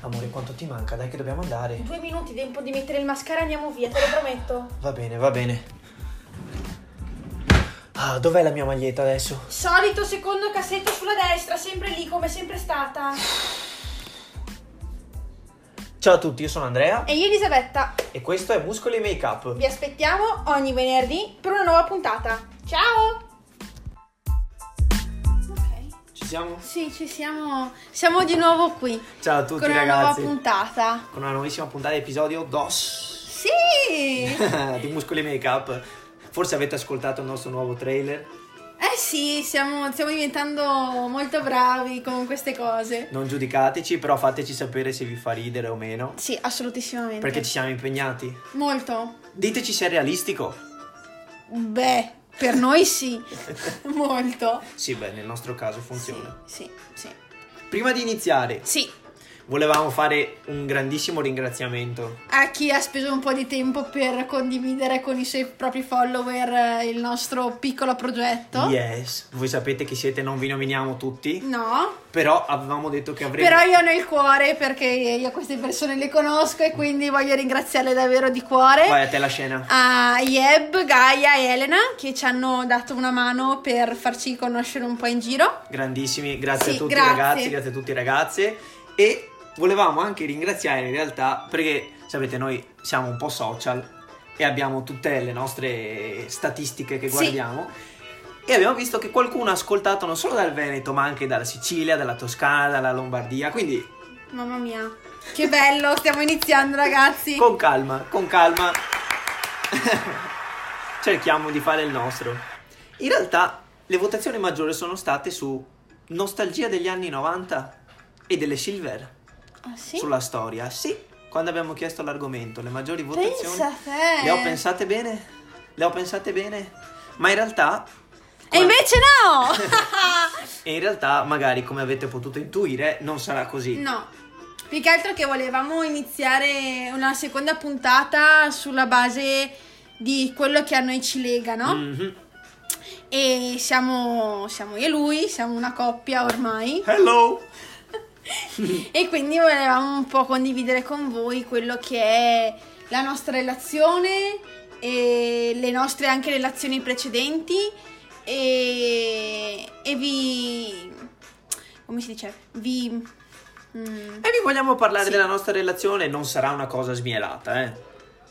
Amore, quanto ti manca? Dai che dobbiamo andare. Due minuti, tempo di mettere il mascara, andiamo via, te lo prometto. Va bene, va bene. Ah, dov'è la mia maglietta adesso? Solito secondo cassetto sulla destra, sempre lì come sempre stata. Ciao a tutti, io sono Andrea E io Elisabetta, e questo è Muscoli Make Up. vi aspettiamo ogni venerdì per una nuova puntata. Ciao! Ok. Ci siamo? Sì, ci siamo. Siamo di nuovo qui Ciao a tutti con una ragazzi. nuova puntata. Con una nuovissima puntata di episodio DOS Sì! eh di Muscoli Make Up. Forse avete ascoltato il nostro nuovo trailer. Eh sì, siamo, stiamo diventando molto bravi con queste cose. Non giudicateci, però fateci sapere se vi fa ridere o meno. Sì, assolutissimamente. Perché ci siamo impegnati. Molto. Diteci se è realistico. Beh, per noi sì. Molto. Sì, beh, nel nostro caso funziona. Sì, sì, Prima di iniziare, sì. Sì, volevamo fare un grandissimo ringraziamento. a chi ha speso un po' di tempo per condividere con i suoi propri follower eh, il nostro piccolo progetto. Yes, voi sapete chi siete, non vi nominiamo tutti, No, però avevamo detto che avremmo... però io ho nel cuore perché io queste persone le conosco e quindi voglio ringraziarle davvero di cuore. Vai a te la scena. a Yeb, Gaia e Elena che ci hanno dato una mano per farci conoscere un po' in giro. Grandissimi, grazie Sì, a tutti grazie. ragazzi, grazie a tutti ragazze. E volevamo anche ringraziare in realtà perché, sapete, noi siamo un po' social e abbiamo tutte le nostre statistiche che Sì. guardiamo. E abbiamo visto che qualcuno ha ascoltato non solo dal Veneto, ma anche dalla Sicilia, dalla Toscana, dalla Lombardia. Quindi Mamma mia, che bello, stiamo iniziando ragazzi. con calma, con calma cerchiamo di fare il nostro. In realtà le votazioni maggiori sono state su nostalgia degli anni 90 e delle Silver Ah, sì? sulla storia. Sì, quando abbiamo chiesto l'argomento, le maggiori votazioni Pensa a te. le ho pensate bene, le ho pensate bene, ma in realtà E invece no! e in realtà magari come avete potuto intuire non sarà così. no. Più che altro che volevamo iniziare una seconda puntata sulla base di quello che a noi ci lega, no? Mhm. E siamo, siamo io e lui, siamo una coppia ormai. Hello! e quindi volevamo un po' condividere con voi quello che è la nostra relazione e le nostre anche relazioni precedenti e, e vi come si dice vi mm, E vi vogliamo parlare Sì. della nostra relazione, non sarà una cosa smielata, eh.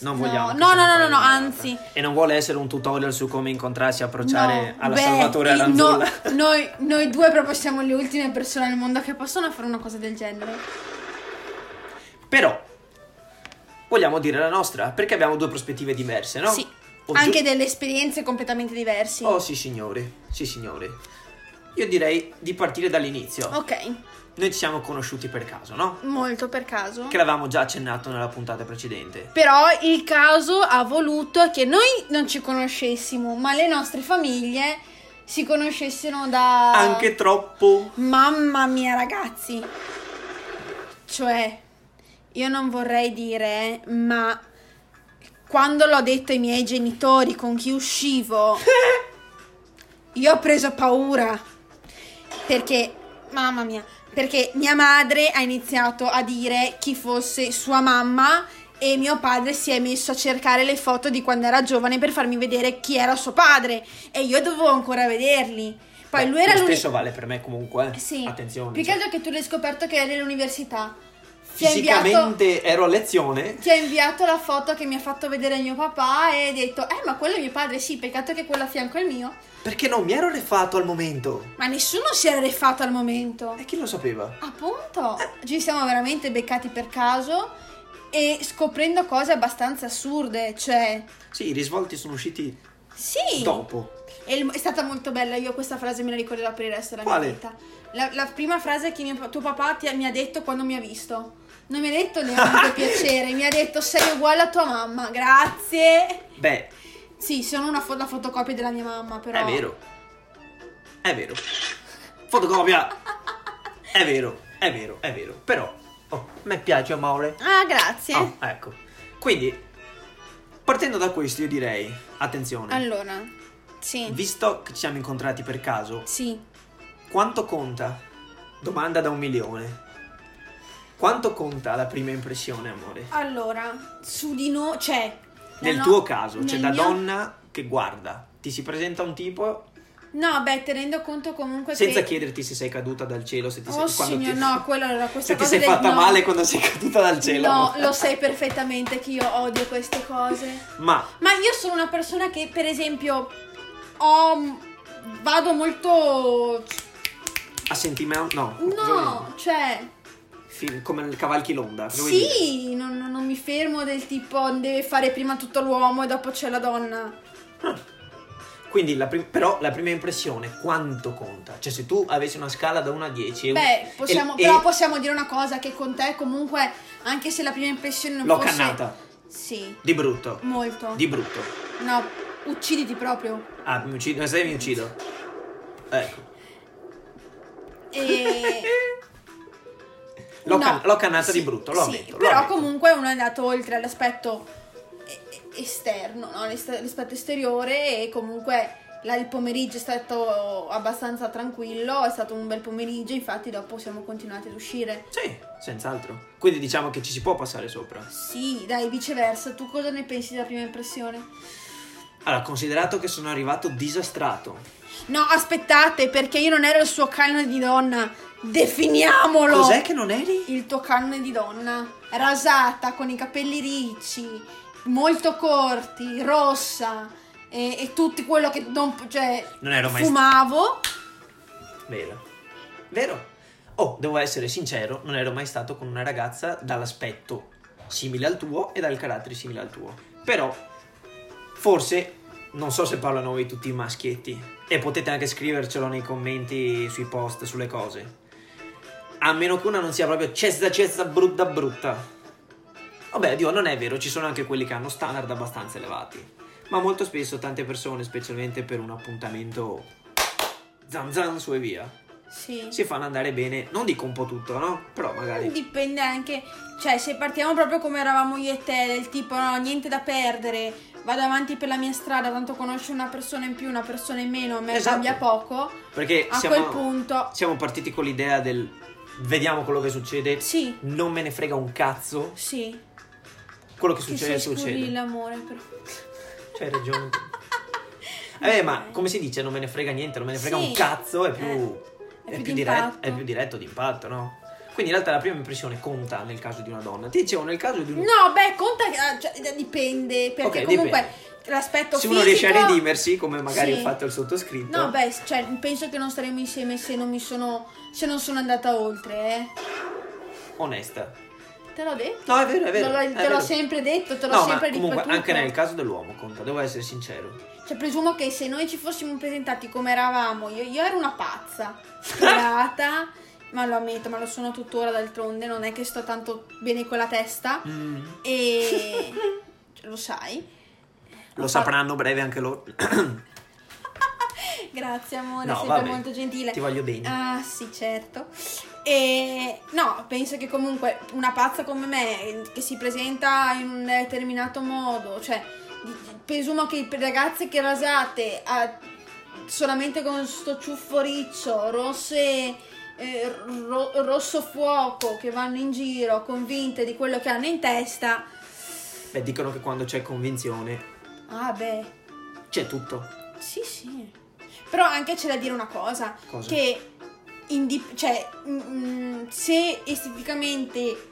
Non No, vogliamo. che no, sia no, una no, cosa no, no, smielata. anzi. E non vuole essere un tutorial su come incontrarsi e approcciare no, alla beh, Salvatore eh, Aranzulla. no, noi, noi due proprio siamo le ultime persone al mondo che possono fare una cosa del genere Però vogliamo dire la nostra, perché abbiamo due prospettive diverse, no? sì O giu- anche delle esperienze completamente diverse Oh, sì, signore. Sì, signore. Io direi di partire dall'inizio. ok Noi ci siamo conosciuti per caso, no? molto per caso Che l'avevamo già accennato nella puntata precedente. Però il caso ha voluto che noi non ci conoscessimo, ma le nostre famiglie si conoscessero da... Anche troppo. Mamma mia ragazzi! Cioè, io non vorrei dire, ma quando l'ho detto ai miei genitori con chi uscivo, io ho preso paura. Perché, mamma mia, perché mia madre ha iniziato a dire chi fosse sua mamma e mio padre si è messo a cercare le foto di quando era giovane per farmi vedere chi era suo padre e io dovevo ancora vederli. Poi Beh, lui era Lo l'unico... stesso vale per me comunque. eh. Sì. Attenzione. Più cioè. che altro che tu l'hai scoperto che eri all'università. Ti ha, inviato, Fisicamente ero a lezione. ti ha inviato la foto che mi ha fatto vedere mio papà e hai detto, eh ma quello è mio padre, sì, peccato che quello a fianco è il mio. Perché non mi ero refatto al momento. Ma nessuno si era refatto al momento. E chi lo sapeva? Appunto, ci siamo veramente beccati per caso e scoprendo cose abbastanza assurde, cioè... Sì, i risvolti sono usciti Sì! dopo. E il- è stata molto bella, io questa frase me la ricorderò per il resto della Quale? mia vita. La, la prima frase che mio pa- tuo papà ti ha- mi ha detto quando mi ha visto. Non mi ha detto neanche piacere, mi ha detto sei uguale a tua mamma, grazie. Beh, Sì, sono una fo- la fotocopia della mia mamma, però. è vero. È vero. Fotocopia. è vero, è vero, è vero. Però, oh, a me piace amore. Ah, grazie. Oh, ecco. Quindi, partendo da questo, io direi, attenzione. Allora, sì. Visto che ci siamo incontrati per caso, sì. quanto conta? Domanda da un milione. Quanto conta la prima impressione, amore? Allora, su di noi, cioè... la Nel no- tuo caso, cioè nel da mio- donna che guarda, ti si presenta un tipo No, beh, tenendo conto comunque senza che... chiederti se sei caduta dal cielo, se ti sei, Oh quando signor, ti- no, quello era se questa ti cosa sei del- fatta no. male quando sei caduta dal cielo. No, lo sai perfettamente che io odio queste cose. Ma Ma io sono una persona che, per esempio, ho... vado molto... a sentimento, no, No, cioè... Fi- come il cavalchi l'onda. cosa vuoi dire? Sì, non, non- non mi fermo del tipo deve fare prima tutto l'uomo e dopo c'è la donna. Quindi, la prim- però, la prima impressione quanto conta? Cioè, se tu avessi una scala da 1 a 10, e- Beh, possiamo- e- però e possiamo dire una cosa che con te comunque, anche se la prima impressione non l'ho fosse... cannata Sì, di brutto, molto. di brutto. No, ucciditi proprio. Ah, mi uccido, se mi uccido. Ecco. E... L'ho, no. can- l'ho cannata Sì, di brutto, l'ho sì, ammetto, l'ho però ammetto. comunque uno è andato oltre all'aspetto e- e- esterno, no? L'est- l'aspetto esteriore e comunque là il pomeriggio è stato abbastanza tranquillo, è stato un bel pomeriggio, infatti dopo siamo continuati ad uscire. Sì, senz'altro. Quindi diciamo che ci si può passare sopra. Sì, dai, viceversa, tu cosa ne pensi della prima impressione? Allora, considerato che sono arrivato disastrato, No, aspettate, perché io non ero il suo canone di donna, definiamolo! cos'è che non eri? il tuo canone di donna, rasata, con i capelli ricci, molto corti, rossa e, e tutto quello che non, cioè, Non ero mai- fumavo. Vero. Vero. Oh, devo essere sincero, non ero mai stato con una ragazza dall'aspetto simile al tuo e dal carattere simile al tuo. Però, forse, non so se parlano voi tutti i maschietti. E potete anche scrivercelo nei commenti, sui post, sulle cose. A meno che una non sia proprio cezza cezza brutta brutta. Vabbè, Dio, non è vero, ci sono anche quelli che hanno standard abbastanza elevati. Ma molto spesso tante persone, specialmente per un appuntamento zan zan su e via, Sì. si fanno andare bene, non dico un po' tutto, no? Però magari... Dipende anche, cioè se partiamo proprio come eravamo io e te, del tipo no, niente da perdere, vado avanti per la mia strada, tanto conosci una persona in più, una persona in meno, a me Esatto. cambia poco, Perché a siamo, quel punto siamo partiti con l'idea del vediamo quello che succede, sì, non me ne frega un cazzo, sì, quello che ti succede sei scuri succede. l'amore però. C'hai ragione. Eh, ma come si dice, non me ne frega niente, non me ne frega Sì. un cazzo, è più, Eh, è più diretto, d'impatto. è più diretto d'impatto, no? Quindi in realtà la prima impressione conta nel caso di una donna. Ti dicevo, nel caso di un... No, beh, conta che ah, cioè, dipende, perché Mm. Ok, comunque dipende. l'aspetto se fisico uno riesce a redimersi, come magari Sì. ha fatto il sottoscritto, No, beh, cioè, penso che non staremo insieme se non mi sono se non sono andata oltre, eh. onesta. Te l'ho detto? No, è vero, è vero. Non l'ho- è te vero. l'ho sempre detto, te l'ho No, ma sempre comunque ripetuto. anche nel caso dell'uomo conta, devo essere sincero. Cioè, presumo che se noi ci fossimo presentati come eravamo, io, io ero una pazza, sperata, ma lo ammetto, ma lo sono tuttora d'altronde, non è che sto tanto bene con la testa e lo sai. Lo sapranno breve anche loro. Grazie amore, No, sei vabbè. sempre molto gentile. Ti voglio bene. Ah, sì, certo. E no, penso che comunque una pazza come me che si presenta in un determinato modo, cioè di- presumo che per ragazze che rasate a- solamente con sto ciuffo riccio, rosse eh, ro- rosso fuoco che vanno in giro convinte di quello che hanno in testa. Beh, dicono che quando c'è convinzione Ah, beh. c'è tutto. Sì, sì. Però anche c'è da dire una cosa, Cosa? che indip- cioè, mm, mm, se esteticamente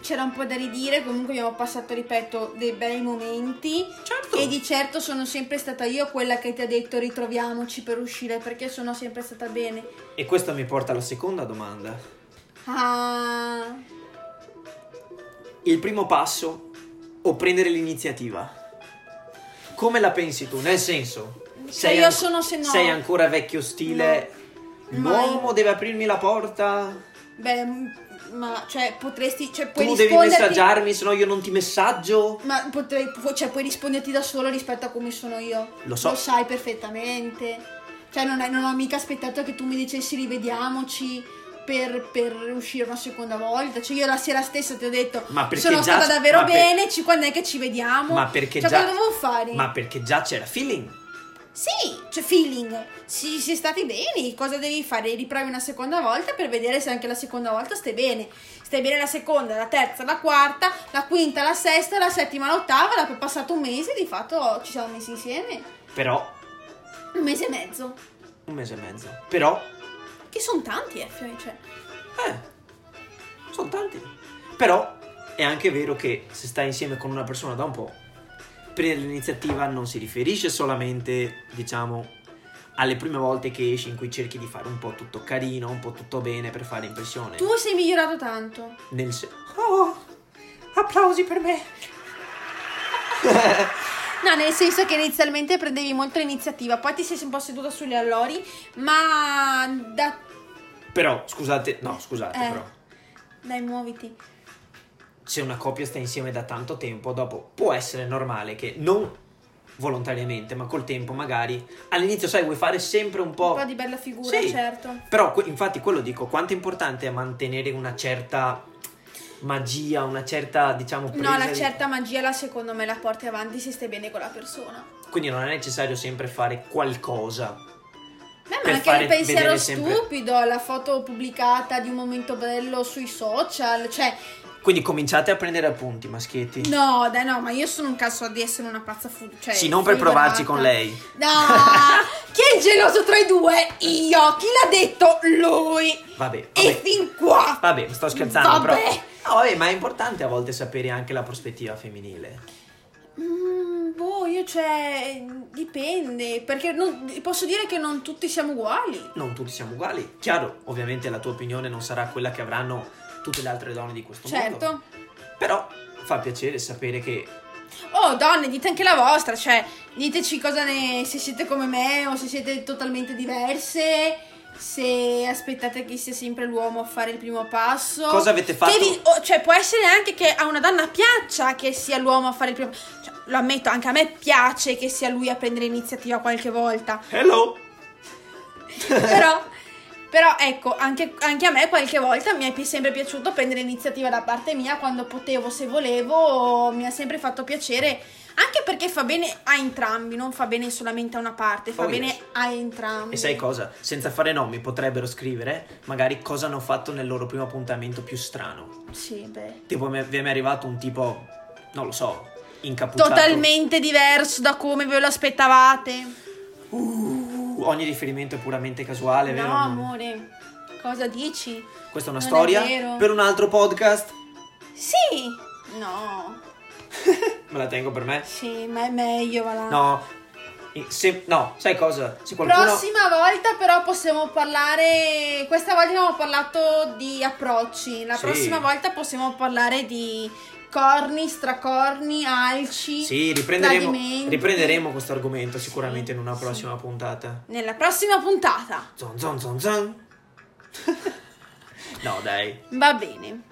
c'era un po' da ridire, comunque abbiamo passato, ripeto, dei bei momenti Certo. e di certo sono sempre stata io quella che ti ha detto ritroviamoci per uscire perché sono sempre stata bene. E questo mi porta alla seconda domanda. Ah, Il primo passo o prendere l'iniziativa? Come la pensi tu? Nel senso, sei, Cioè, io an- sono se no- sei ancora vecchio stile, No. l'uomo Ma- deve aprirmi la porta, beh, m- ma cioè potresti, cioè puoi tu devi risponderti messaggiarmi, se no io non ti messaggio. Ma potrei, pu- cioè, puoi risponderti da solo rispetto a come sono io. Lo so. Lo sai perfettamente. Cioè, non, è- non ho mica aspettato che tu mi dicessi rivediamoci per, per uscire una seconda volta. Cioè, io la sera stessa ti ho detto: Ma perché Sono già- stata davvero ma per- bene, ci- quando è che ci vediamo? Ma perché cioè, già... cosa dovevo fare? Ma perché già c'era feeling. Sì, cioè feeling. Si, si è stati bene, cosa devi fare? Riprovi una seconda volta per vedere se anche la seconda volta stai bene. Stai bene la seconda, la terza, la quarta, la quinta, la sesta, la settima, l'ottava, dopo è passato un mese, di fatto ci siamo messi insieme. Però, Un mese e mezzo. un mese e mezzo. Però, Che sono tanti, eh, Fiori, cioè. eh, sono tanti. Però è anche vero che se stai insieme con una persona da un po', prendere l'iniziativa non si riferisce solamente, diciamo, alle prime volte che esci in cui cerchi di fare un po' tutto carino, un po' tutto bene per fare impressione. Tu sei migliorato tanto. Nel se- Oh, applausi per me. No, nel senso che inizialmente prendevi molta iniziativa, poi ti sei un po' seduta sulle allori, ma da... Però, scusate, no, scusate, Eh. però. Dai, muoviti. se una coppia sta insieme da tanto tempo, dopo può essere normale che non volontariamente, ma col tempo magari all'inizio sai vuoi fare sempre un po', Un po' di bella figura, Sì. certo. però que- infatti quello dico, quanto è importante è mantenere una certa magia, una certa, diciamo, presa No, la di- certa magia la secondo me la porti avanti se stai bene con la persona. quindi non è necessario sempre fare qualcosa. Beh, Per ma anche fare il pensiero vedere sempre- stupido, la foto pubblicata di un momento bello sui social, cioè Quindi cominciate a prendere appunti, maschietti. no, dai no, ma io sono un caso di essere una pazza fu- cioè, sì, non per folgorata. provarci con lei. No! chi è il geloso tra i due? Io, chi l'ha detto? Lui. Vabbè, E vabbè. fin qua. Vabbè, sto scherzando, Vabbè. però. No, vabbè, ma è importante a volte sapere anche la prospettiva femminile. Mm, boh, io cioè dipende, perché non- posso dire che non tutti siamo uguali. non tutti siamo uguali. Chiaro, ovviamente la tua opinione non sarà quella che avranno tutte le altre donne di questo mondo. Certo. Però fa piacere sapere che Oh, donne, dite anche la vostra, cioè, diteci cosa ne se siete come me o se siete totalmente diverse, se aspettate che sia sempre l'uomo a fare il primo passo. cosa avete fatto. Che vi- oh, cioè, può essere anche che a una donna piaccia che sia l'uomo a fare il primo cioè, lo ammetto, anche a me piace che sia lui a prendere iniziativa qualche volta. Hello! però, però, ecco, anche, anche a me qualche volta mi è pi- sempre piaciuto prendere iniziativa da parte mia quando potevo, se volevo, mi ha sempre fatto piacere, anche perché fa bene a entrambi, non fa bene solamente a una parte, fa Oh, bene yes. a entrambi. E sai cosa? Senza fare nomi potrebbero scrivere magari cosa hanno fatto nel loro primo appuntamento più strano. Sì, beh. Tipo mi è mi è arrivato un tipo, non lo so, incappucciato. Totalmente diverso da come ve lo aspettavate. Uh, ogni riferimento è puramente casuale, no, vero? amore, cosa dici? Questa è una non è storia vero. per un altro podcast. Sì, no, Me la tengo per me. sì, ma è meglio, va là. No, eh, se- no, sai cosa? Se qualcuno... Prossima volta però possiamo parlare, questa volta abbiamo parlato di approcci, la Sì. prossima volta possiamo parlare di corni, stracorni, alci. Sì, riprenderemo, Tradimenti. riprenderemo questo argomento sicuramente in una Sì. prossima puntata. Nella prossima puntata. Zon zon zon zon. no, dai. Va bene.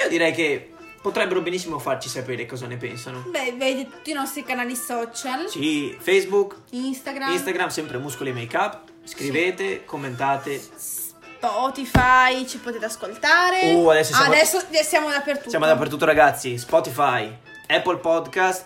Io direi che potrebbero benissimo farci sapere cosa ne pensano. Beh, vedi tutti i nostri canali social, Sì, Facebook, Instagram, Instagram, sempre Muscoli Make Up. Scrivete, commentate. Spotify, ci potete ascoltare. Oh, adesso siamo- Adesso siamo dappertutto. Siamo dappertutto ragazzi, Spotify, Apple Podcast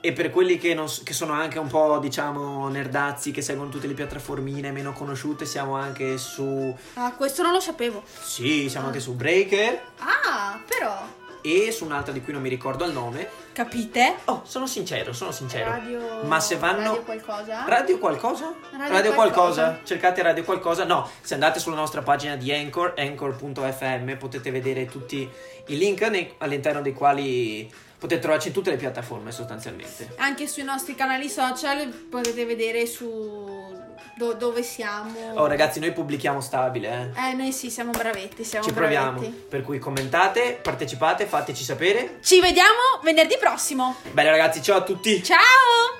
e per quelli che, non s- che sono anche un po' diciamo nerdazzi, che seguono tutte le piattaformine meno conosciute, siamo anche su... Ah, questo non lo sapevo. Sì, siamo anche su Breaker. Ah, però e su un'altra di cui non mi ricordo il nome. capite? Oh, sono sincero, sono sincero. Radio Ma se vanno Radio qualcosa? Radio qualcosa? Radio qualcosa. qualcosa. Cercate Radio qualcosa. No, se andate sulla nostra pagina di Anchor, anchor.fm, potete vedere tutti i link nei- all'interno dei quali potete trovarci in tutte le piattaforme sostanzialmente. Anche sui nostri canali social potete vedere su do- dove siamo. Oh ragazzi, noi pubblichiamo stabile, eh. Eh, noi sì, siamo bravetti, siamo Ci proviamo. bravetti. Per cui commentate, partecipate, fateci sapere. Ci vediamo venerdì prossimo. Bene ragazzi, ciao a tutti. Ciao!